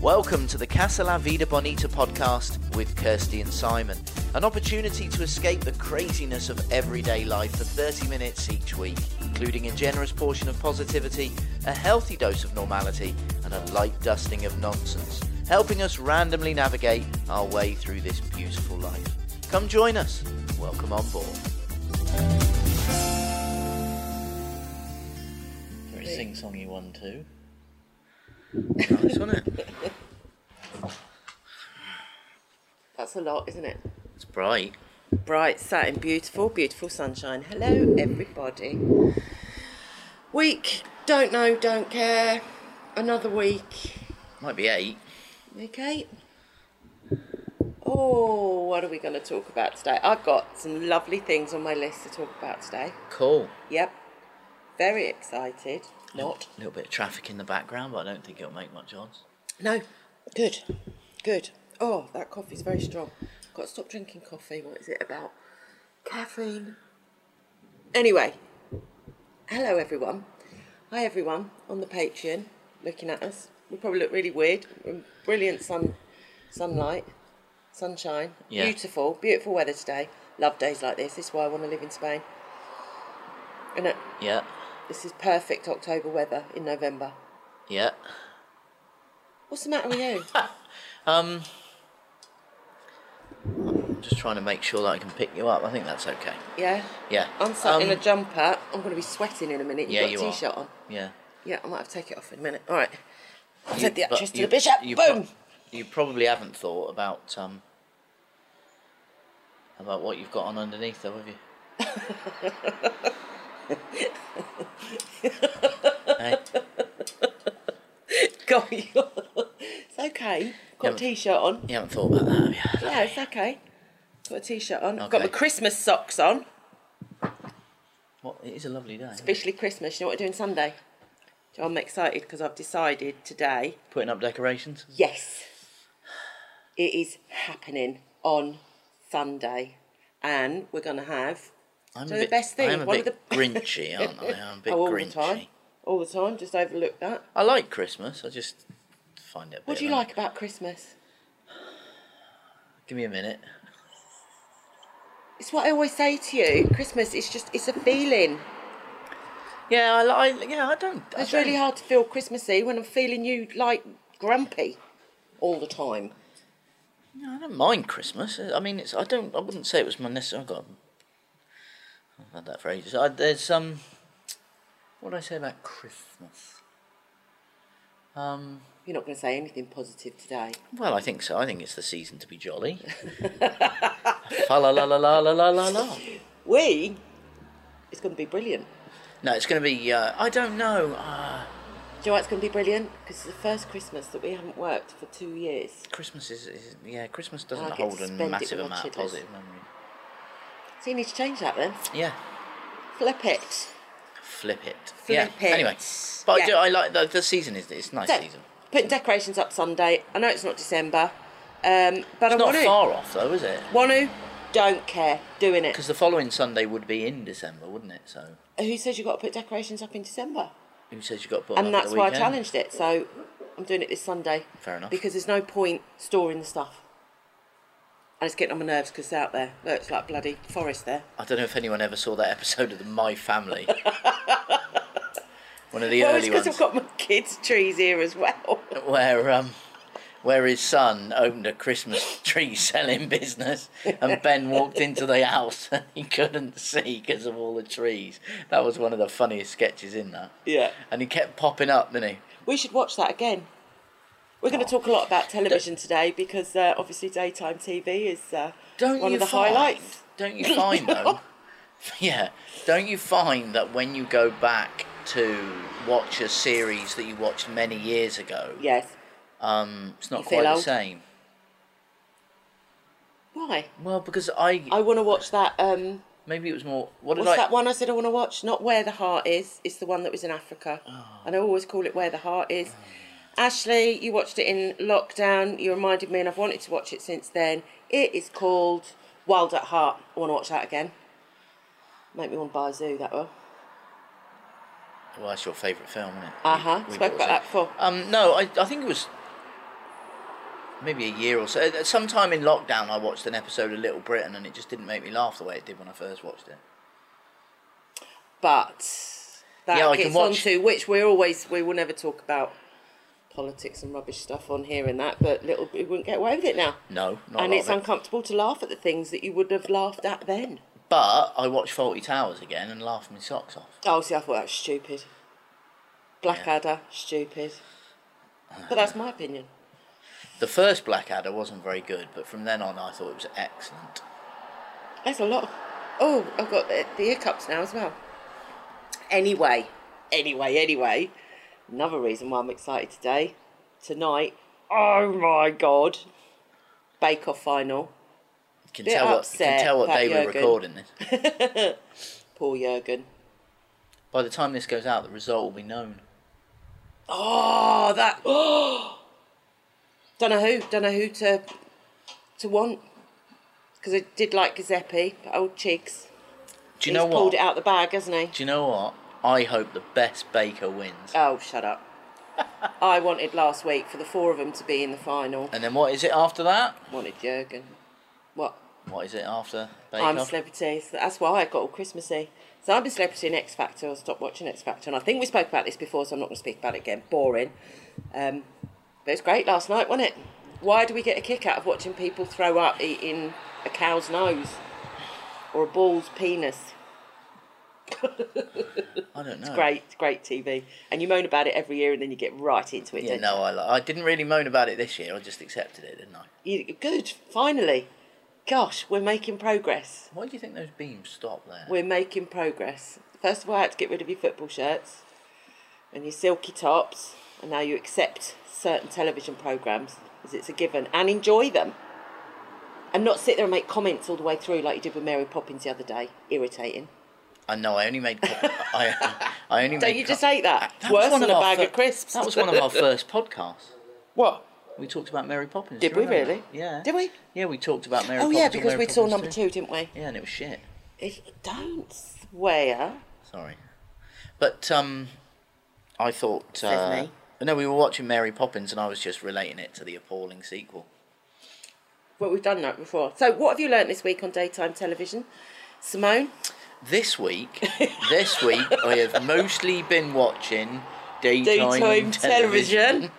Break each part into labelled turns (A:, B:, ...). A: Welcome to the Casa La Vida Bonita podcast with Kirsty and Simon, an opportunity to escape the craziness of everyday life for 30 minutes each week, including a generous portion of positivity, a healthy dose of normality, and a light dusting of nonsense, helping us randomly navigate our way through this beautiful life. Come join us. Welcome on board. Very
B: Great.
A: sing-songy one too. Nice, wasn't it?
B: That's a lot, isn't it?
A: It's bright.
B: Bright, satin, beautiful, beautiful sunshine. Hello, everybody. Week, don't know, don't care. Another week.
A: Might be eight.
B: Week eight. Oh, what are we going to talk about today? I've got some lovely things on my list to talk about today.
A: Cool.
B: Yep. Very excited. Not.
A: A little bit of traffic in the background, but I don't think it'll make much odds.
B: No. Good. Good. Oh, that coffee's very strong. Got to stop drinking coffee. What is it about? Caffeine. Anyway, hello everyone. Hi everyone on the Patreon looking at us. We probably look really weird. Brilliant sun, sunlight, sunshine.
A: Yeah.
B: Beautiful, beautiful weather today. Love days like this. This is why I want to live in Spain. And it,
A: Yeah,
B: this is perfect October weather in November.
A: yeah.
B: What's the matter with you?
A: Um, I'm just trying to make sure that I can pick you up. I think that's okay.
B: yeah.
A: Yeah.
B: I'm sat in a
A: Um,
B: jumper. I'm going to be sweating in a minute. You've
A: yeah,
B: got a
A: you are.
B: t-shirt on.
A: Yeah.
B: Yeah, I might have to take it off in a minute. All right. I
A: You-
B: said the
A: but
B: actress to
A: you-
B: the bishop.
A: you pro-
B: Boom.
A: you probably haven't thought about um about what you've got on underneath, though, have you? Hey?
B: Got you. it's okay. Got
A: Yeah,
B: a
A: but-
B: t-shirt on.
A: You haven't thought about that, have you?
B: Yeah, it's okay. Got a t-shirt on. I've got
A: Okay.
B: my Christmas socks on.
A: What, it is a lovely day.
B: Especially Christmas. You know what I'm doing Sunday? I'm excited because I've decided today
A: Putting up decorations.
B: Yes. It is happening on Sunday. And we're going to have
A: I'm
B: so
A: a
B: the
A: bit-
B: best thing.
A: I am a
B: one
A: bit
B: of the
A: grinchy, aren't I? I'm a bit
B: oh, all
A: grinchy.
B: the time. All the time. Just overlook that.
A: I like Christmas. I just find it. A bit
B: What do you
A: of a-
B: like about Christmas?
A: Give me a minute.
B: It's what I always say to you. Christmas is just it's a feeling.
A: Yeah, I like. Yeah, I don't. I
B: It's really
A: don't-
B: hard to feel Christmassy when I'm feeling you like grumpy all the time.
A: No, I don't mind Christmas. I mean, it's. I don't. I wouldn't say it was my necessary. I've got. I've had that for ages. I, there's um. What did I say about Christmas? Um.
B: You're not going to say anything positive today.
A: Well, I think so. I think it's the season to be jolly. Fa la la la la la la la la.
B: We, it's going to be brilliant.
A: No, it's going to be. Uh, I don't know. Uh,
B: Do you know why it's going to be brilliant? Because it's the first Christmas that we haven't worked for two years.
A: Christmas is, is yeah. Christmas doesn't
B: I get to
A: hold a
B: spend it
A: massive
B: with my
A: amount of
B: children.
A: positive memory.
B: So you need to change that then.
A: Yeah,
B: Flip it.
A: flip it.
B: Flip
A: yeah.
B: it.
A: Anyway, but I do.
B: Yeah.
A: I like the, the season. Is it's a nice
B: So,
A: season.
B: putting decorations up Sunday. I know it's not December, um, but I
A: It's not
B: want to.
A: far off though, is it?
B: Want to? Don't care. Doing it.
A: Because the following Sunday would be in December, wouldn't it? So
B: Who says you've got to put decorations up in December?
A: who says you got to put?
B: And
A: them up at
B: that's
A: the
B: why I
A: weekend?
B: challenged it. So I'm doing it this Sunday.
A: Fair enough.
B: Because there's no point storing the stuff. And it's getting on my nerves because it's out there. Look, it's like bloody forest there.
A: I don't know if anyone ever saw that episode of the My Family. One of the
B: Well, it's
A: early
B: because
A: ones
B: I've got my kids' trees here as well.
A: where um. Where his son opened a Christmas tree selling business, and Ben walked into the house and he couldn't see because of all the trees. That was one of the funniest sketches in that.
B: Yeah.
A: And he kept popping up, didn't he?
B: We should watch that again. We're going to talk a lot about television today because uh, obviously daytime TV is uh,
A: Don't
B: one
A: you
B: of the
A: find,
B: highlights.
A: Don't you find though? yeah. Don't you find that when you go back to watch a series that you watched many years ago,
B: Yes.
A: um, it's not
B: You
A: quite
B: feel
A: the
B: old.
A: same.
B: Why?
A: Well, because I,
B: I want to watch that. Um,
A: maybe it was more. What did
B: what's
A: I?
B: that one I said I want to watch? Not Where the Heart Is. It's the one that was in Africa.
A: Oh.
B: And I always call it Where the Heart Is. Ashley, you watched it in lockdown. You reminded me, and I've wanted to watch it since then. It is called Wild at Heart. I want to watch that again. Make me want to buy a zoo, that will.
A: Well, that's your favourite film, isn't it?
B: Uh huh.
A: We
B: Spoke
A: bought
B: about
A: it.
B: that before.
A: Um, no, I, I think it was maybe a year or so. Uh, Sometime in lockdown, I watched an episode of Little Britain, and it just didn't make me laugh the way it did when I first watched it.
B: But that
A: Yeah, I can
B: gets
A: watch-
B: on to which we're always we will never talk about politics and rubbish stuff on here and that, but little we wouldn't get away with it now.
A: No, not
B: and
A: a lot
B: it's
A: of it.
B: uncomfortable to laugh at the things that you would have laughed at then.
A: But I watched Faulty Towers again and laughed my socks off.
B: Oh, see, I thought that was stupid. Blackadder, stupid. But that's my opinion.
A: The first Blackadder wasn't very good, but from then on, I thought it was excellent.
B: There's a lot. Of, oh, I've got the, the hiccups now as well. Anyway, anyway, anyway. Another reason why I'm excited today, tonight. Oh my god! Bake Off final.
A: You can
B: Bit
A: tell what you
B: upset
A: can tell what
B: that
A: day we're
B: Jurgen-
A: recording this.
B: Poor Jurgen.
A: By the time this goes out, the result will be known.
B: Oh, that. don't know who. Don't know who to to want. Because I did like Giuseppe, but old Chigs.
A: Do you
B: He's
A: know
B: pulled
A: what?
B: it out the bag, hasn't he?
A: Do you know what? I hope the best baker wins.
B: Oh, shut up. I wanted last week for the four of them to be in the final.
A: and then what is it after that?
B: wanted Jurgen. What?
A: What is it after Bake
B: I'm a
A: Off?
B: celebrity. So that's why I got all Christmassy. So I'm a celebrity in X Factor. I stopped watching X Factor, and I think we spoke about this before, so I'm not going to speak about it again. Boring. Um, but it was great last night, wasn't it? Why do we get a kick out of watching people throw up eating a cow's nose or a ball's penis?
A: I don't know.
B: Great, great TV. And you moan about it every year, and then you get right into it.
A: Yeah,
B: don't
A: no, I, li- I didn't really moan about it this year. I just accepted it, didn't I?
B: you? You- Good. Finally, gosh, we're making progress.
A: Why do you think those beams stop there?
B: We're making progress. First of all, I had to get rid of your football shirts and your silky tops, and now you accept certain television programs as it's a given and enjoy them. And not sit there and make comments all the way through like you did with Mary Poppins the other day. Irritating.
A: I know. I only made. co- I, I only.
B: Don't
A: made
B: you
A: co-
B: just hate that?
A: That
B: It's
A: was
B: worse
A: one
B: than a
A: our
B: bag
A: fir-
B: of crisps.
A: That was one of our first podcasts.
B: What?
A: We talked about Mary Poppins.
B: Did
A: do you
B: we
A: remember?
B: really?
A: Yeah.
B: Did we?
A: Yeah, we talked about Mary
B: Oh,
A: Poppins.
B: yeah,
A: and
B: because
A: Mary
B: we saw
A: Poppins
B: number
A: too.
B: two, didn't we?
A: Yeah, and it was shit.
B: If, don't swear.
A: Sorry, but um, I thought.
B: Says
A: Uh,
B: me.
A: no, we were watching Mary Poppins, and I was just relating it to the appalling sequel.
B: Well, we've done that before. So, what have you learnt this week on daytime television? Simone?
A: This week, this week, I have mostly been watching daytime, Um,
B: daytime television.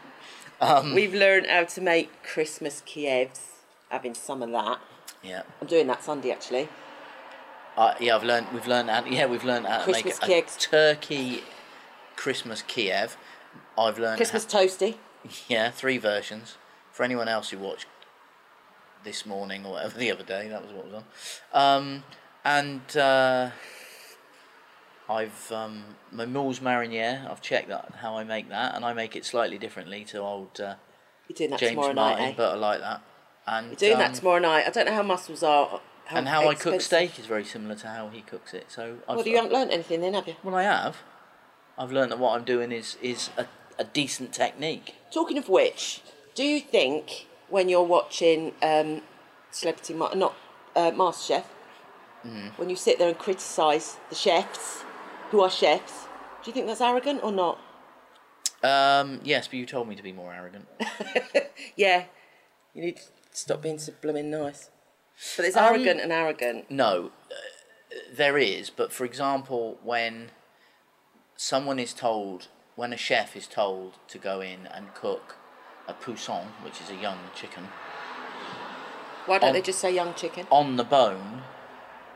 B: We've learned how to make Christmas Kievs, having some of that.
A: Yeah,
B: I'm doing that Sunday actually.
A: uh, yeah, I've learned. We've learned. How, yeah, we've learned how to
B: Christmas
A: make
B: cakes.
A: a turkey Christmas Kiev. I've learned.
B: Christmas toasty.
A: Yeah, three versions. For anyone else who watched this morning or whatever the other day, that was what was on. Um, and uh, I've um, my Moules mariniere. I've checked that how I make that, and I make it slightly differently to old uh,
B: You're doing that
A: James
B: tomorrow
A: Martin,
B: night. Eh?
A: but I like that. And
B: Doing
A: um,
B: that tomorrow night. I don't know how mussels are. How
A: and how I cook
B: expensive-
A: steak is very similar to how he cooks it. So I've,
B: Well, you haven't learnt anything then, have you?
A: well, I have. I've learned that what I'm doing is is a, a decent technique.
B: Talking of which, do you think when you're watching um, Celebrity Ma- not uh, Master Chef,
A: Mm-hmm.
B: when you sit there and criticise the chefs who are chefs, do you think that's arrogant or not?
A: Um, yes, but you told me to be more arrogant.
B: Yeah, you need to stop being so blooming nice. But it's
A: Um,
B: arrogant and arrogant.
A: No, uh, there is. But for example, when someone is told, when a chef is told to go in and cook a poussin, which is a young chicken,
B: Why don't
A: on-
B: they just say young chicken?
A: on the bone,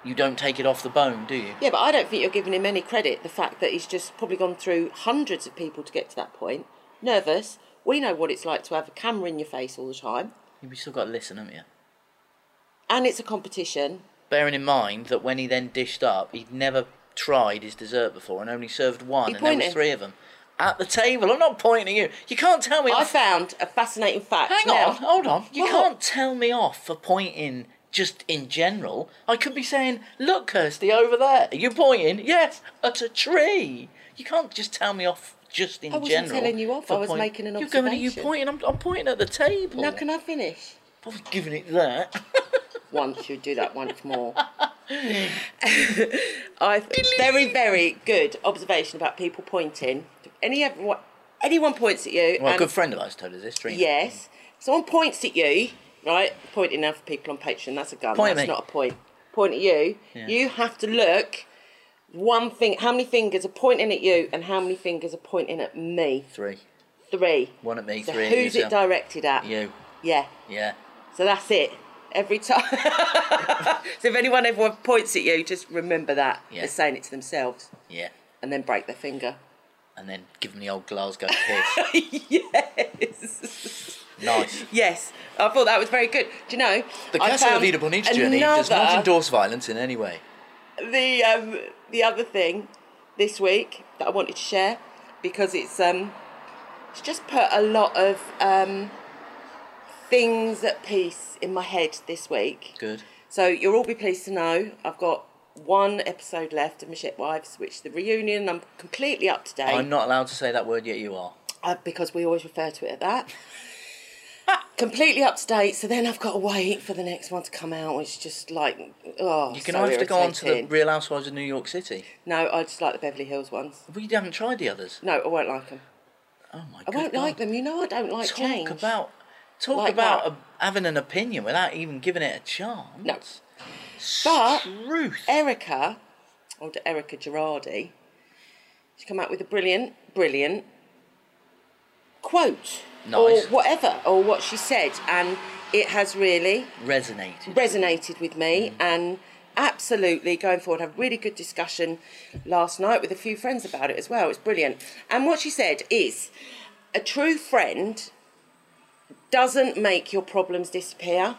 A: you don't take it off the bone, do you?
B: Yeah, but I don't think you're giving him any credit. The fact that he's just probably gone through hundreds of people to get to that point. Nervous. We know what it's like to have a camera in your face all the time,
A: You've still got to listen, haven't you?
B: and it's a competition.
A: Bearing in mind that when he then dished up, he'd never tried his dessert before and only served one,
B: He
A: and there was
B: pointed.
A: three of them at the table. I'm not pointing at you. You can't tell me.
B: I
A: off-
B: found a fascinating fact.
A: Hang
B: now.
A: on, hold on. You
B: What?
A: can't tell me off for pointing just in general. I could be saying, look, Kirsty, over there. Are you pointing? Yes, at a tree. You can't just tell me off just in
B: I wasn't
A: general.
B: telling you off,
A: for
B: I was making an
A: You're going, are you
B: observation."
A: pointing? I'm, I'm pointing at the table.
B: Now can I finish?
A: I was giving it that.
B: once you do that once more. I very very good observation about people pointing. Any everyone, anyone points at you.
A: well, a
B: and-
A: good friend of ours told us this, Trina.
B: Yes, Someone points at you, right? Pointing now for people on Patreon, that's a gun.
A: Point at
B: that's
A: me.
B: not a point. Point at you.
A: Yeah.
B: You have to look one thing how many fingers are pointing at you and how many fingers are pointing at me?
A: Three.
B: Three.
A: One at me,
B: So
A: three at
B: who's it
A: yourself.
B: directed at?
A: You.
B: Yeah.
A: Yeah.
B: So that's it. Every time. so if anyone ever points at you, just remember that.
A: Yeah.
B: They're saying it to themselves
A: Yeah.
B: and then break their finger.
A: And then give them the old Glasgow kiss.
B: yes.
A: nice.
B: Yes. I thought that was very good. Do you know?
A: The
B: I
A: Casa
B: found
A: Vida Bonita journey does not
B: another-
A: endorse violence in any way.
B: the um, the other thing this week that I wanted to share because it's um it's just put a lot of um things at peace in my head this week.
A: Good.
B: So you'll all be pleased to know I've got one episode left of Michette Wives, which the reunion I'm completely up to date
A: I'm not allowed to say that word yet, you are.
B: uh, because we always refer to it at that. completely up to date. So then I've got to wait for the next one to come out. It's just like oh,
A: You can
B: so
A: have to go on to the
B: irritating.
A: Real Housewives of New York City.
B: No, I just like the Beverly Hills ones.
A: We haven't tried the others.
B: No, I won't like them.
A: Oh my
B: I
A: god.
B: won't like them. You know I don't like
A: Talk
B: change.
A: about talk
B: Like
A: about
B: that.
A: a- having an opinion without even giving it a chance. eh-
B: No. But
A: Truth.
B: Erica, or Erica Girardi, she came out with a brilliant, brilliant quote
A: Nice.
B: or whatever or what she said, and it has really
A: Resonated.
B: resonated with me and absolutely going forward had a really good discussion last night with a few friends about it as well it's brilliant and what she said is a true friend doesn't make your problems disappear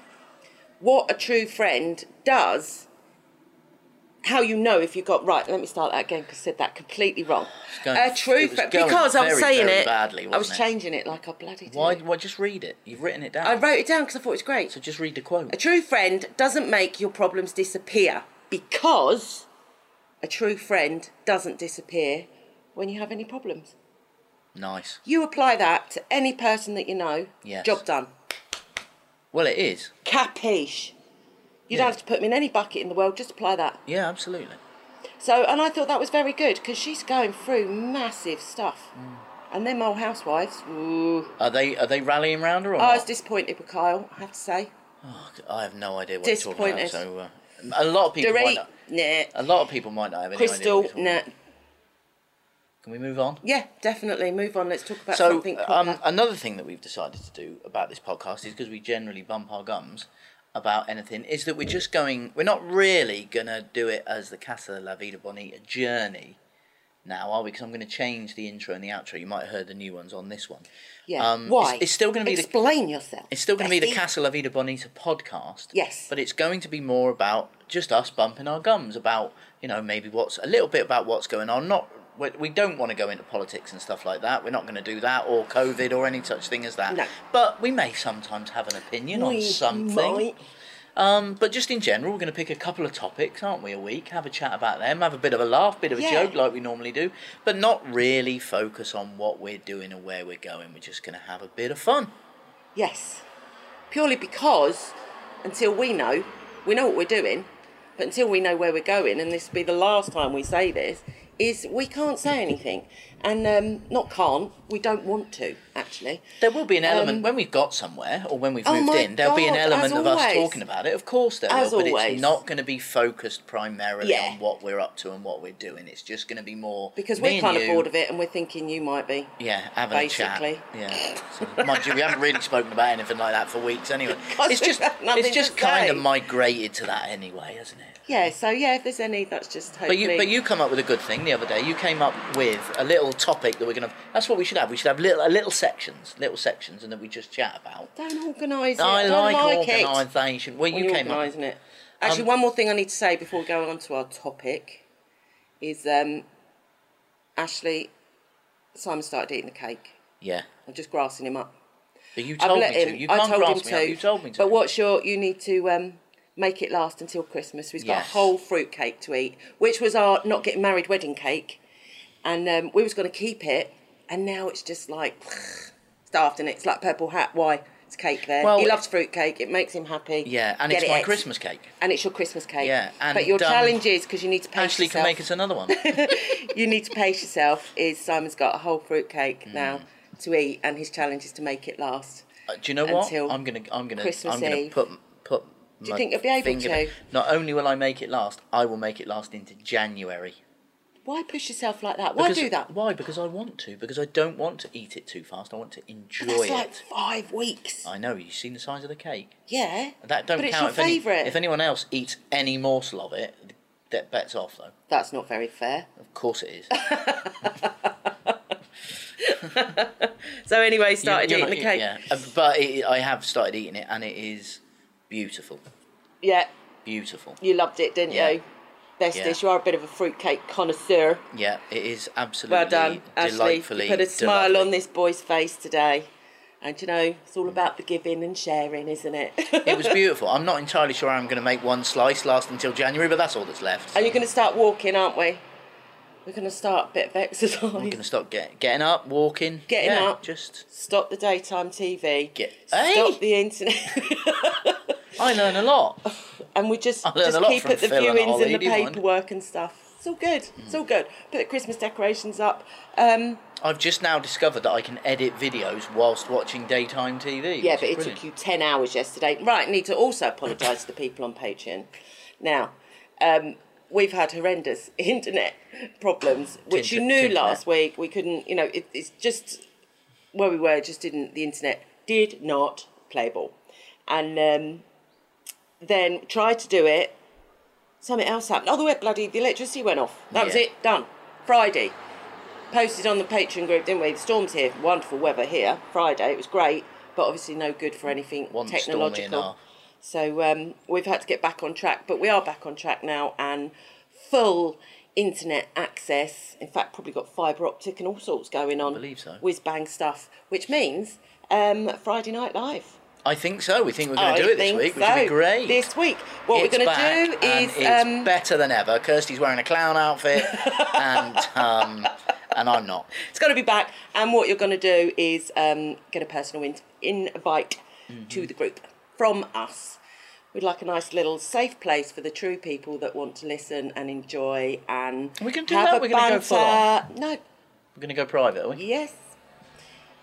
B: what a true friend does how you know if you got right let me start that again because i said that completely wrong
A: going-
B: a true
A: it was
B: friend
A: going
B: because i was
A: very,
B: saying
A: very
B: it
A: badly,
B: i was
A: wasn't it?
B: changing it like i bloody did
A: Why? Why? Just read it. You've written it down.
B: i wrote it down because i thought it was great
A: so just read the quote.
B: a true friend doesn't make your problems disappear because a true friend doesn't disappear when you have any problems.
A: Nice.
B: You apply that to any person that you know,
A: Yes.
B: job done.
A: Well, it is.
B: Capiche. You
A: Yeah.
B: don't have to put me in any bucket in the world, just apply that.
A: Yeah, absolutely.
B: So, and I thought that was very good because she's going through massive stuff.
A: Mm.
B: And them old housewives, ooh.
A: Are they are they rallying round her or
B: I was
A: not?
B: disappointed with Kyle, I have to say.
A: Oh, g- I have no idea what you're talking about.
B: Disappointed.
A: So uh, a lot of people might
B: Dorit,
A: not, a
B: nah.
A: lot of people might not have any idea.
B: Crystal,
A: what you're talking
B: nah.
A: about. Can we move on?
B: Yeah, definitely. Move on. Let's talk about
A: So
B: something proper.
A: um, another thing that we've decided to do about this podcast is because we generally bump our gums about anything is that we're just going. We're not really gonna do it as the Casa La Vida Bonita journey. Now, are we? Because I'm going to change the intro and the outro. You might have heard the new ones on this one.
B: Yeah.
A: Um,
B: Why?
A: It's, it's still going to be the
B: Explain yourself.
A: It's still going to be the
B: Bessie.
A: Casa La Vida Bonita podcast.
B: Yes.
A: But it's going to be more about just us bumping our gums about, you know, maybe what's a little bit about what's going on. Not we we don't want to go into politics and stuff like that. We're not going to do that or COVID or any such thing as that.
B: No.
A: But we may sometimes have an opinion on
B: We
A: something.
B: might.
A: Um, but just in general, we're going to pick a couple of topics, aren't we, a week? Have a chat about them, have a bit of a laugh, bit of a
B: Yeah.
A: joke, like we normally do, but not really focus on what we're doing or where we're going. We're just going to have a bit of fun.
B: Yes. Purely because until we know, we know what we're doing, but until we know where we're going, and this will be the last time we say this, is we can't say anything. And um, not can't, we don't want to, actually.
A: There will be an element when we've got somewhere or when we've
B: Um, Oh
A: moved
B: my
A: in. There'll be an
B: God,
A: element
B: as
A: of us
B: always.
A: talking about it. Of course, there
B: As
A: will, but
B: always.
A: it's not going to be focused primarily
B: Yeah.
A: on what we're up to and what we're doing. It's just going to be more
B: Because
A: me
B: we're
A: and
B: kind of
A: you,
B: bored of it and we're thinking you might be.
A: Yeah, having a
B: basically.
A: chat. Yeah. So, mind you, we haven't really spoken about anything like that for weeks anyway.
B: Because
A: It's
B: we've
A: just
B: had nothing
A: it's just
B: to
A: kind of
B: say.
A: migrated to that anyway, hasn't it?
B: Yeah, so yeah, if there's any, that's just
A: But
B: hopefully.
A: you, but you come up with a good thing the other day. You came up with a little topic that we're gonna. That's what we should have. We should have little little sections, little sections, and that we just chat about.
B: Don't organise it.
A: I
B: don't
A: like,
B: like it.
A: organisation. Well,
B: when
A: you
B: you're
A: came up. Um,
B: organising it. Actually, one more thing I need to say before we go on to our topic is um, Ashley, Simon started eating the cake.
A: Yeah,
B: I'm just grassing him up.
A: but you
B: I've
A: told
B: let
A: me
B: him.
A: to. You
B: I
A: can't
B: told him
A: grasp me
B: to.
A: up. You told me to.
B: But what's your? You need to um, make it last until Christmas. We've got a
A: Yes.
B: whole fruit cake to eat, which was our not getting married wedding cake, and um, we was going to keep it, and now it's just like starved, and it's like purple hat. Why? It's cake there.
A: Well,
B: he
A: it-
B: loves fruit cake. It makes him happy.
A: Yeah, and
B: Get
A: it's
B: it
A: my
B: ex-
A: Christmas cake.
B: and it's your Christmas cake.
A: Yeah, and,
B: but your
A: um,
B: challenge is because you need to pace
A: Ashley can
B: yourself.
A: make us another one. Uh,
B: you need to pace
A: Mm.
B: yourself. Is Simon's got a whole fruit cake now to eat, and his challenge is to make it last.
A: Uh, do you know what?
B: Until
A: I'm gonna I'm gonna
B: Christmas
A: I'm gonna
B: Eve.
A: put put.
B: Do you
A: my
B: think you'll be able
A: finger-
B: to?
A: Not only will I make it last, I will make it last into January.
B: Why push yourself like that? Why
A: Because-
B: do that?
A: Why? Because I want to. Because I don't want to eat it too fast. I want to enjoy
B: That's
A: it.
B: like five weeks.
A: I know. You've seen the size of the cake.
B: Yeah.
A: That don't
B: but it's
A: count.
B: your
A: if, any-
B: favourite.
A: if anyone else eats any morsel of it, that bets off though.
B: That's not very fair.
A: Of course it is.
B: So anyway,
A: You-
B: started
A: you're
B: eating
A: not-
B: the cake.
A: Yeah, Uh, but it, I have started eating it, and it is beautiful,
B: Yeah,
A: beautiful.
B: you loved it, didn't
A: Yeah.
B: you? Best
A: Yeah.
B: dish. You are a bit of a fruitcake connoisseur.
A: Yeah, it is absolutely
B: Well done, Ashley. You
A: delightfully.
B: put a smile
A: delightful.
B: on this boy's face today. And you know, it's all about the giving and sharing, isn't it?
A: It was beautiful. I'm not entirely sure how I'm going to make one slice last until January, but that's all that's left.
B: and you're going to start walking, aren't we? We're going to start a bit of exercise.
A: I'm going to start get, getting up, walking,
B: Getting
A: yeah,
B: up.
A: Just
B: Stop the daytime TV.
A: Get-
B: Stop
A: Hey!
B: the internet.
A: I learn a lot.
B: and we just,
A: I learned
B: just
A: a lot
B: keep
A: from
B: at the
A: Phil and
B: viewings
A: Ollie,
B: and the
A: didn't I?
B: paperwork and stuff. It's all good. It's all good. Put the Christmas decorations up. Um,
A: I've just now discovered that I can edit videos whilst watching daytime TV.
B: Yeah,
A: which
B: but
A: is
B: it
A: brilliant.
B: took you 10 hours yesterday. Right, need to also apologise to the people on Patreon. Now, um, we've had horrendous internet problems, which you
A: Tinter-
B: knew
A: tinternet.
B: last week. We couldn't, you know, it, it's just where we were, just didn't, the internet did not play ball. And um, then tried to do it, something else happened. Oh, the web bloody, the electricity went off. That was
A: Yeah.
B: it, done. Friday posted on the Patreon group, didn't we? The storm's here. Wonderful weather here. Friday, it was great, but obviously no good for anything
A: One stormy
B: technological.
A: enough.
B: So um, we've had to get back on track, but we are back on track now and full internet access. In fact, probably got fibre optic and all sorts going on.
A: believe so.
B: Whiz bang stuff, which means um, Friday Night Live.
A: I think so. We think we're going
B: Oh, I
A: to do it this
B: think
A: week, which would be
B: so.
A: great.
B: This week, what
A: It's
B: we're going
A: back,
B: to do
A: and
B: is
A: it's
B: um,
A: better than ever. Kirsty's wearing a clown outfit, and um, and I'm not.
B: It's got to be back. And what you're going to do is um, get a personal in- invite
A: Mm-hmm.
B: to the group from us. We'd like a nice little safe place for the true people that want to listen and enjoy and
A: Are we gonna do
B: have
A: that?
B: a
A: We're gonna go full on?
B: banter. No,
A: We're going to go private, are we?
B: yes,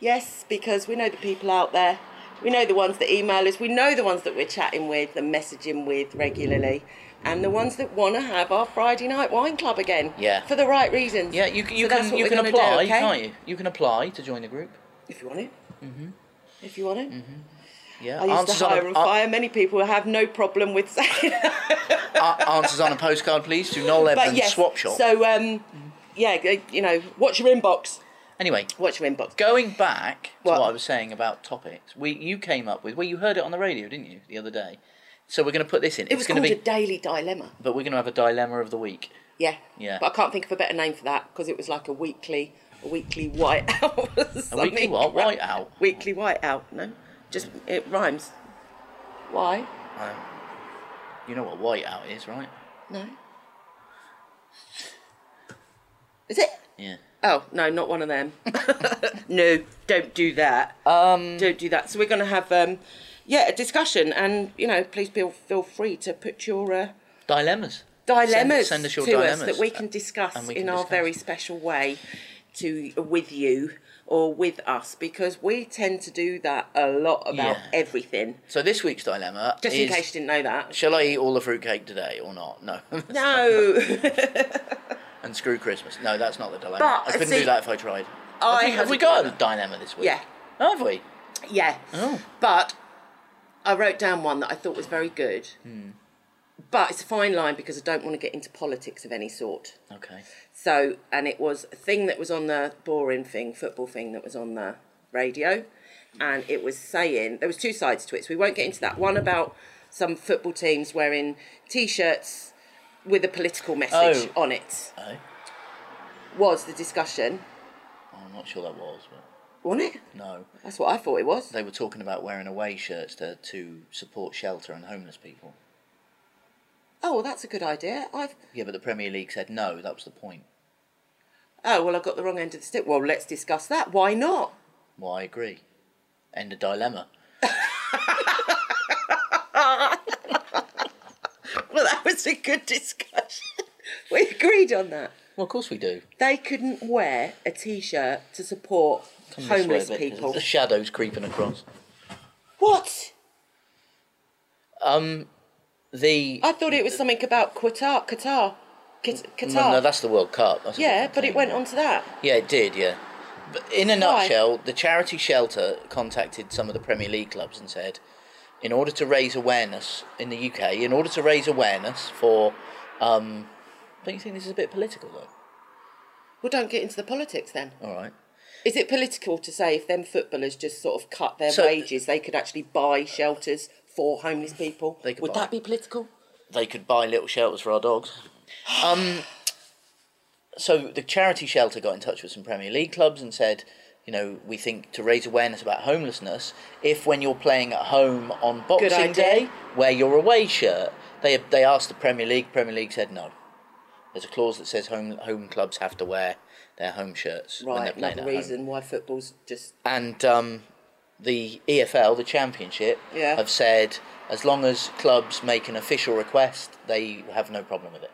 B: yes, because we know the people out there. We know the ones that email us. We know the ones that we're chatting with and messaging with regularly, and the ones that want to have our Friday night wine club again.
A: Yeah.
B: For the right reasons.
A: Yeah, you, c- you
B: So that's
A: can
B: what
A: you
B: we're
A: can
B: gonna do,
A: apply,
B: okay?
A: can't you? You can apply to join the group.
B: If you want it. Mm-hmm. If you want it.
A: Yeah,
B: I used
A: answers
B: to
A: on
B: hire
A: a,
B: and
A: a-
B: fire. Many people have no problem with saying that.
A: a- answers on a postcard, please, to Noel
B: But
A: Evans
B: yes.
A: Swap Shop.
B: So, um, yeah, go- you know, watch your inbox.
A: anyway,
B: Watch your inbox.
A: going back to
B: What?
A: what I was saying about topics, we you came up with well, you heard it on the radio, didn't you, the other day? So we're going to put this in.
B: It was
A: going
B: called
A: to be,
B: a daily dilemma.
A: but we're going to have a dilemma of the week.
B: Yeah.
A: Yeah.
B: But I can't think of a better name for that because it was like a weekly, a weekly white out.
A: A weekly what? White out.
B: Weekly white out. No, just it rhymes. Why?
A: You know what white out is, right?
B: No. Is it?
A: Yeah.
B: Oh no, not one of them. no, don't do that.
A: Um.
B: don't do that. So we're going to have, um, yeah, a discussion, and you know, please feel feel free to put your uh,
A: Dilemmas. Send,
B: dilemmas
A: send us your
B: to
A: dilemmas uh,
B: us that we can discuss
A: and we
B: in
A: can
B: our
A: discuss.
B: very special way to with you or with us because we tend to do that a lot about
A: Yeah.
B: everything.
A: So this week's dilemma
B: Just
A: is:
B: in case you didn't know that.
A: Shall I eat all the fruitcake today or not? No.
B: No,
A: and screw Christmas. No, that's not the dilemma.
B: But,
A: I couldn't
B: see,
A: do that if I tried.
B: I
A: have we,
B: had
A: have
B: a
A: we got a dilemma this week?
B: yeah,
A: Have we?
B: yeah.
A: Oh.
B: But I wrote down one that I thought was very good.
A: Hmm.
B: But it's a fine line because I don't want to get into politics of any sort.
A: Okay.
B: So, and it was a thing that was on the boring thing, football thing that was on the radio. And it was saying, there was two sides to it, so we won't get into that. One about some football teams wearing T-shirts with a political message on it
A: Oh,
B: was the discussion,
A: I'm not sure that was, but
B: wasn't it?
A: no.
B: That's what I thought it was.
A: They were talking about wearing away shirts to, to support shelter and homeless people.
B: Oh, well, that's a good idea. I've
A: Yeah, but the Premier League said no. That was the point.
B: oh well, I got the wrong end of the stick. Well, let's discuss that. Why not?
A: Well, I agree. End of dilemma.
B: Well, that was a good discussion. we agreed on that.
A: Well, of course we do.
B: They couldn't wear a T-shirt to support
A: Come this way a
B: homeless
A: bit, 'cause
B: people.
A: The shadows creeping across.
B: What?
A: Um, the
B: I thought it was something about Qatar. Qatar. Qat- Qatar.
A: no, no, that's the World Cup. That's a
B: yeah,
A: different
B: but it
A: thing.
B: went on to that.
A: Yeah, it did. Yeah, but in a
B: Why?
A: nutshell, the charity shelter contacted some of the Premier League clubs and said, in order to raise awareness in the UK, in order to raise awareness for, um, don't you think this is a bit political though?
B: Well, don't get into the politics then.
A: All right.
B: Is it political to say if them footballers just sort of cut their
A: So-
B: wages, they could actually buy shelters for homeless people?
A: They could
B: Would
A: buy-
B: that be political?
A: they could buy little shelters for our dogs. Um, so the charity shelter got in touch with some Premier League clubs and said, you know, we think to raise awareness about homelessness, if when you're playing at home on Boxing
B: idea.
A: Day, wear your away shirt. They they asked the Premier League. Premier League said no. There's a clause that says home home clubs have to wear their home shirts when they're
B: Right,
A: playing
B: another
A: at home
B: reason why football's just
A: and um, the EFL, the Championship,
B: Yeah.
A: have said as long as clubs make an official request, they have no problem with it.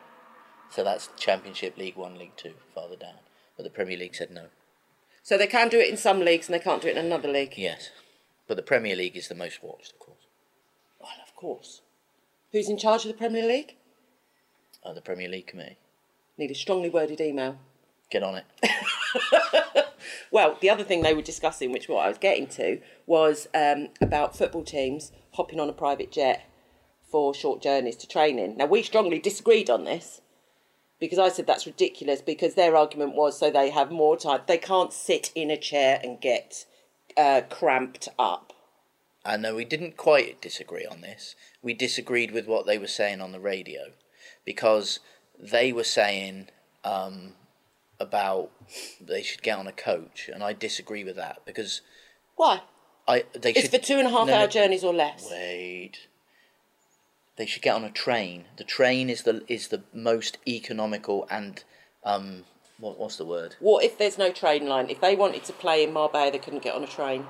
A: So that's Championship, League One, League Two, farther down. But the Premier League said no.
B: So they can do it in some leagues and they can't do it in another league.
A: Yes, but the Premier League is the most watched, of course.
B: Well, of course. Who's in charge of the Premier League?
A: Uh, the Premier League committee,
B: Need a strongly worded email.
A: get on it.
B: Well, the other thing they were discussing, which what I was getting to, was um, about football teams hopping on a private jet for short journeys to training. Now we strongly disagreed on this because I said that's ridiculous because their argument was so they have more time. They can't sit in a chair and get uh, cramped up.
A: I know uh, we didn't quite disagree on this. We disagreed with what they were saying on the radio because they were saying um, about they should get on a coach, and I disagree with that because
B: Why?
A: I they
B: It's
A: should
B: for two and a half
A: no, no,
B: hour journeys or less.
A: Wait, they should get on a train. The train is the is the most economical and um what what's the word?
B: What if there's no train line? If they wanted to play in Marbella, they couldn't get on a train.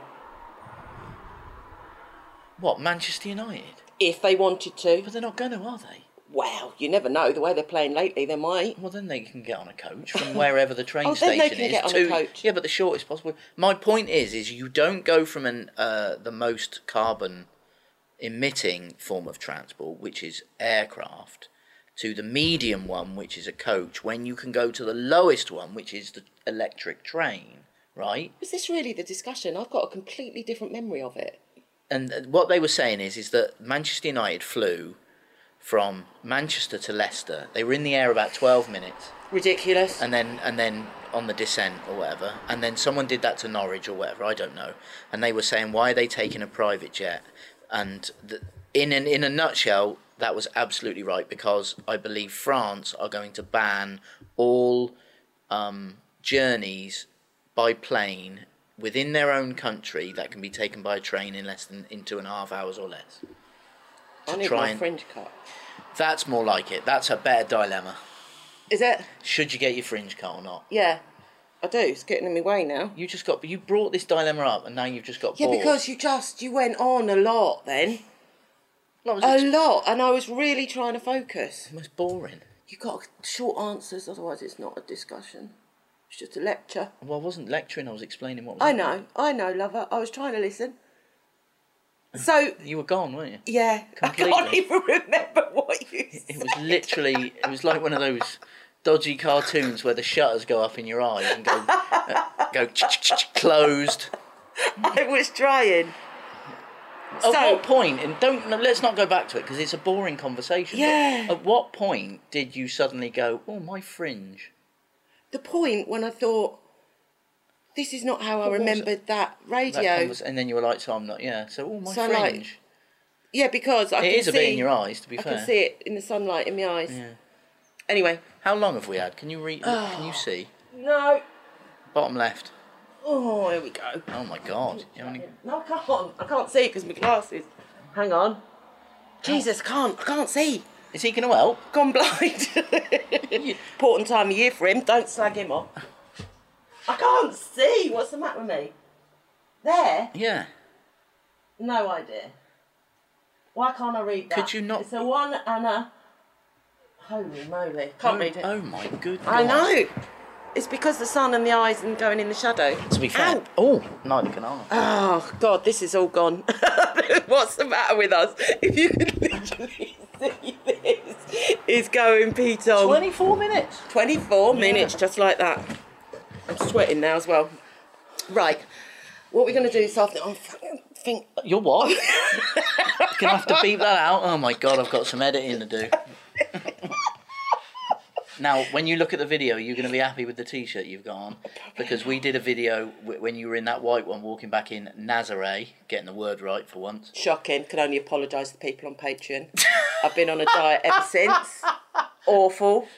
A: What Manchester United?
B: If they wanted to,
A: But they're not going to, are they?
B: well, you never know. The way they're playing lately, they might.
A: Well, then they can get on a coach from wherever the train
B: Oh, then
A: station
B: they can
A: is.
B: get on a
A: to,
B: coach.
A: Yeah, but the shortest possible. My point is, is you don't go from an uh, the most carbon emitting form of transport, which is aircraft, to the medium one, which is a coach, when you can go to the lowest one, which is the electric train, right?
B: Was this really the discussion? I've got a completely different memory of it.
A: and uh, what they were saying is is that Manchester United flew from Manchester to Leicester. They were in the air about twelve minutes.
B: Ridiculous.
A: and then and then on the descent or whatever, and then someone did that to Norwich or whatever. I don't know. And they were saying why are they taking a private jet? And the, in an, in a nutshell, that was absolutely right because I believe France are going to ban all um, journeys by plane within their own country that can be taken by a train in less than in two and a half hours or less.
B: I need
A: try
B: my
A: and-
B: fringe cut.
A: That's more like it. That's a better dilemma.
B: Is it?
A: Should you get your fringe cut or not?
B: Yeah, I do. It's getting in my way now.
A: You just got, you brought this dilemma up, and now you've just got
B: Yeah,
A: bored.
B: because you just you went on a lot then,
A: That was
B: a
A: ex-
B: lot, and I was really trying to focus.
A: the most boring.
B: You got short answers, otherwise it's not a discussion. It's just a lecture.
A: Well, I wasn't lecturing; I was explaining what was.
B: I
A: happening.
B: know, I know, lover. I was trying to listen. So
A: You were gone, weren't you?
B: yeah, I can't
A: Completely.
B: even remember what you
A: It
B: said.
A: was literally, it was like one of those dodgy cartoons where the shutters go up in your eye and go, uh, go closed.
B: I was trying.
A: At
B: So-
A: what point? And don't no, let's not go back to it because it's a boring conversation. but
B: Yeah.
A: At what point did you suddenly go, "Oh, my fringe"?
B: the point when I thought, this is not how I
A: was it?
B: remembered that radio.
A: That convers- and then you were like, "So I'm not." Yeah. So, "Oh, my
B: So, like,
A: fringe."
B: yeah, because I
A: It
B: can
A: is
B: see,
A: a bit in your eyes, to be
B: I
A: fair.
B: can see it in the sunlight in my eyes.
A: Yeah.
B: Anyway,
A: How long have we had? Can you read? Can you
B: Oh.
A: see?
B: no.
A: Bottom left.
B: Oh, here we go.
A: Oh my god. You only-
B: No, I can't. I can't see because my glasses. Hang on. Jesus, I can't. I can't see.
A: Is he going to help?
B: Gone blind. Important time of year for him. Don't slag him off. I can't see. What's the matter with me? There.
A: Yeah.
B: No idea. Why can't I read that?
A: Could you not-
B: It's a one and a. Holy moly! Can't read it.
A: Oh my goodness.
B: I know. It's because the sun and the eyes and going in the shadow.
A: To be fair.
B: Ow.
A: Oh, neither can I.
B: Oh God, this is all gone. What's the matter with us? If you could literally see this, it's going Pete on.
A: 24 minutes.
B: 24 minutes, just like that. I'm sweating now as well. Right, what we're going to do this afternoon? I fucking think
A: You're what? Gonna have to beep that out. Oh my god, I've got some editing to do. now, when you look at the video, you're gonna be happy with the t-shirt you've got on because we did a video w- when you were in that white one walking back in Nazare, getting the word right for once.
B: shocking. Can only apologise to the people on Patreon. I've been on a diet ever since. Awful.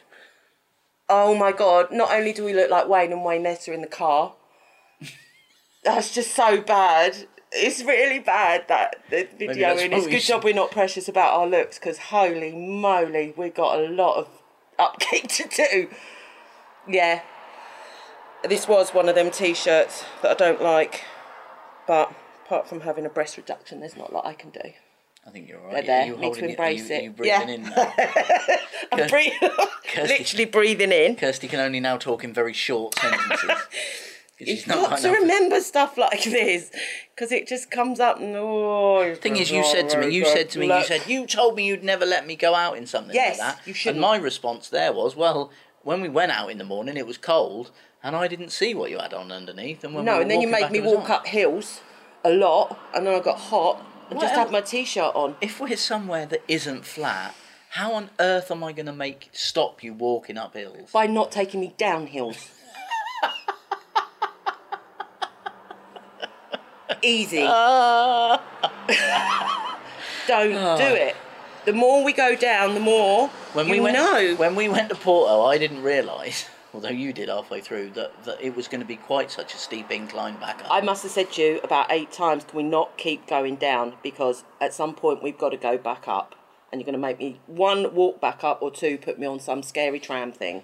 B: Oh my god! Not only do we look like Wayne and Waynetta in the car, that's just so bad. It's really bad that the video.
A: that's
B: And
A: what
B: it's a
A: we
B: good
A: should-
B: job we're not precious about our looks because holy moly, we got a lot of upkeep to do. Yeah, this was one of them t-shirts that I don't like, but apart from having a breast reduction, there's not a lot I can do.
A: I think you're alright.
B: They're
A: Are you
B: there. Need to
A: holding it? Are
B: embrace
A: you,
B: it.
A: are you breathing
B: Yeah.
A: in now?
B: I'm breathing, literally breathing in.
A: Kirsty can only now talk in very short sentences. 'Cause she's
B: You've got
A: right
B: to
A: now.
B: remember stuff like this because it just comes up. And, oh,
A: thing is, you said to me, you said to me, you said, you told me you'd never let me go out in something
B: Yes,
A: like that.
B: you shouldn't.
A: And my response there was, well, when we went out in the morning, it was cold, and I didn't see what you had on underneath. And when we
B: no,
A: were
B: and then you
A: walking
B: made
A: back,
B: me
A: it was
B: walk
A: on.
B: up hills a lot, and then I got hot and just
A: Well-
B: had my t-shirt on.
A: If we're somewhere that isn't flat, how on earth am I going to make stop you walking up hills?
B: by not taking me down hills. Easy.
A: Uh,
B: Don't do it. The more we go down, the more
A: oh. When
B: you
A: we went,
B: know.
A: when we went to Porto, I didn't realise, although you did halfway through, that, that it was going to be quite such a steep incline back up.
B: I must have said to you about eight times, can we not keep going down? Because at some point we've got to go back up. And you're going to make me one walk back up or two, put me on some scary tram thing.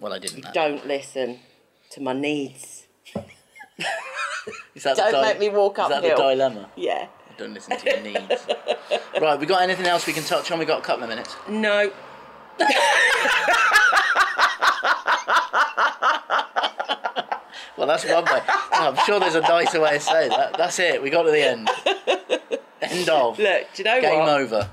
A: well, I didn't. that.
B: Don't listen to my needs.
A: Is that
B: Don't
A: the
B: make me walk
A: Is that the
B: uphill.
A: dilemma?
B: Yeah.
A: Don't listen to your needs. right, we got anything else we can touch on? We got a couple of minutes.
B: No.
A: Well, that's one way. I'm sure there's a nicer way of saying that. That's it. We got to the end. End of.
B: Look, do you know
A: Game
B: what?
A: over.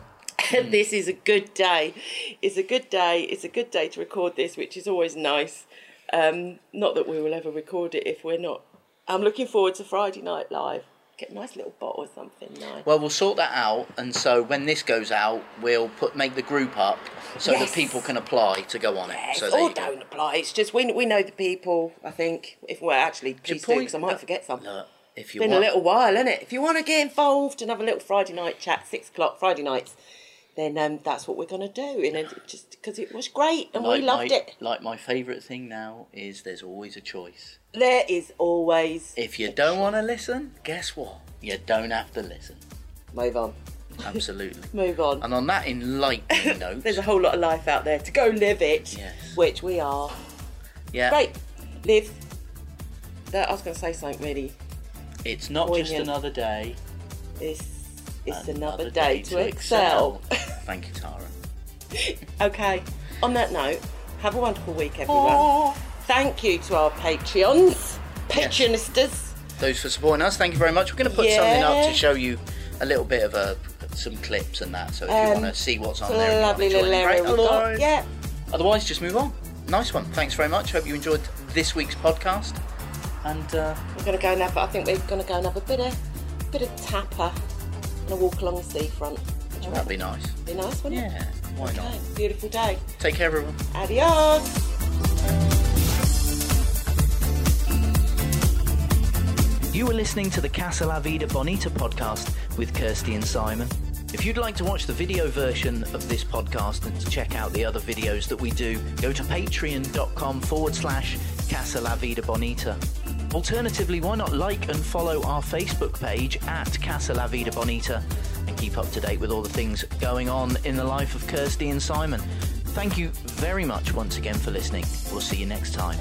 B: this is a good day. It's a good day. It's a good day to record this, which is always nice. Um, not that we will ever record it if we're not. I'm looking forward to Friday night live. Get a nice little bottle or something nice.
A: Well, we'll sort that out, and so when this goes out, we'll put make the group up so
B: Yes.
A: that people can apply to go on it. so there
B: Yes, or
A: you go.
B: don't apply. It's just we, we know the people. I think if we're actually please do
A: point-
B: because I might forget something.
A: Look, Uh, if you
B: Been a
A: want,
B: little while, isn't it? If you want to get involved and have a little Friday night chat, six o'clock Friday nights, then um, that's what we're gonna do. And then just because it was great and we loved
A: my,
B: it.
A: Like my favourite thing now is there's always a choice.
B: There is always
A: If you don't want to listen, guess what? You don't have to listen.
B: move on,
A: Absolutely.
B: move on.
A: And on that enlightening note,
B: There's a whole lot of life out there to go live it,
A: Yes.
B: which we are.
A: yeah,
B: Great, live. That I was going to say something really.
A: it's not just
B: Poignant.
A: another day.
B: It's it's another, day, to, excel.
A: excel. Thank you, Tara.
B: okay. On that note, have a wonderful week, everyone.
A: Oh.
B: Thank you to our Patreons, Patreonisters.
A: Those for supporting us, thank you very much. We're going to put something up
B: Yeah.
A: to show you a little bit of a, some clips and that. So if
B: Um,
A: you want to see what's on
B: It's a
A: there, and you wanna
B: lovely
A: join
B: little
A: in,
B: area
A: great.
B: we've got.
A: Otherwise-
B: Yeah.
A: Otherwise, just move on. Nice one. Thanks very much. Hope you enjoyed this week's podcast. And uh,
B: We're gonna go and have. I think we're gonna go and have a bit of, bit of tapper, and a walk along the seafront. Would you
A: that'd be nice.
B: be nice, wouldn't it?
A: Yeah. Why not?
B: Okay, beautiful day.
A: Take care, everyone.
B: Adios.
A: You were listening to the Casa La Vida Bonita podcast with Kirsty and Simon. If you'd like to watch the video version of this podcast and to check out the other videos that we do, go to patreon.com forward slash Casa La Vida Bonita. Alternatively, why not like and follow our Facebook page at Casa La Vida Bonita and keep up to date with all the things going on in the life of Kirsty and Simon. Thank you very much once again for listening. We'll see you next time.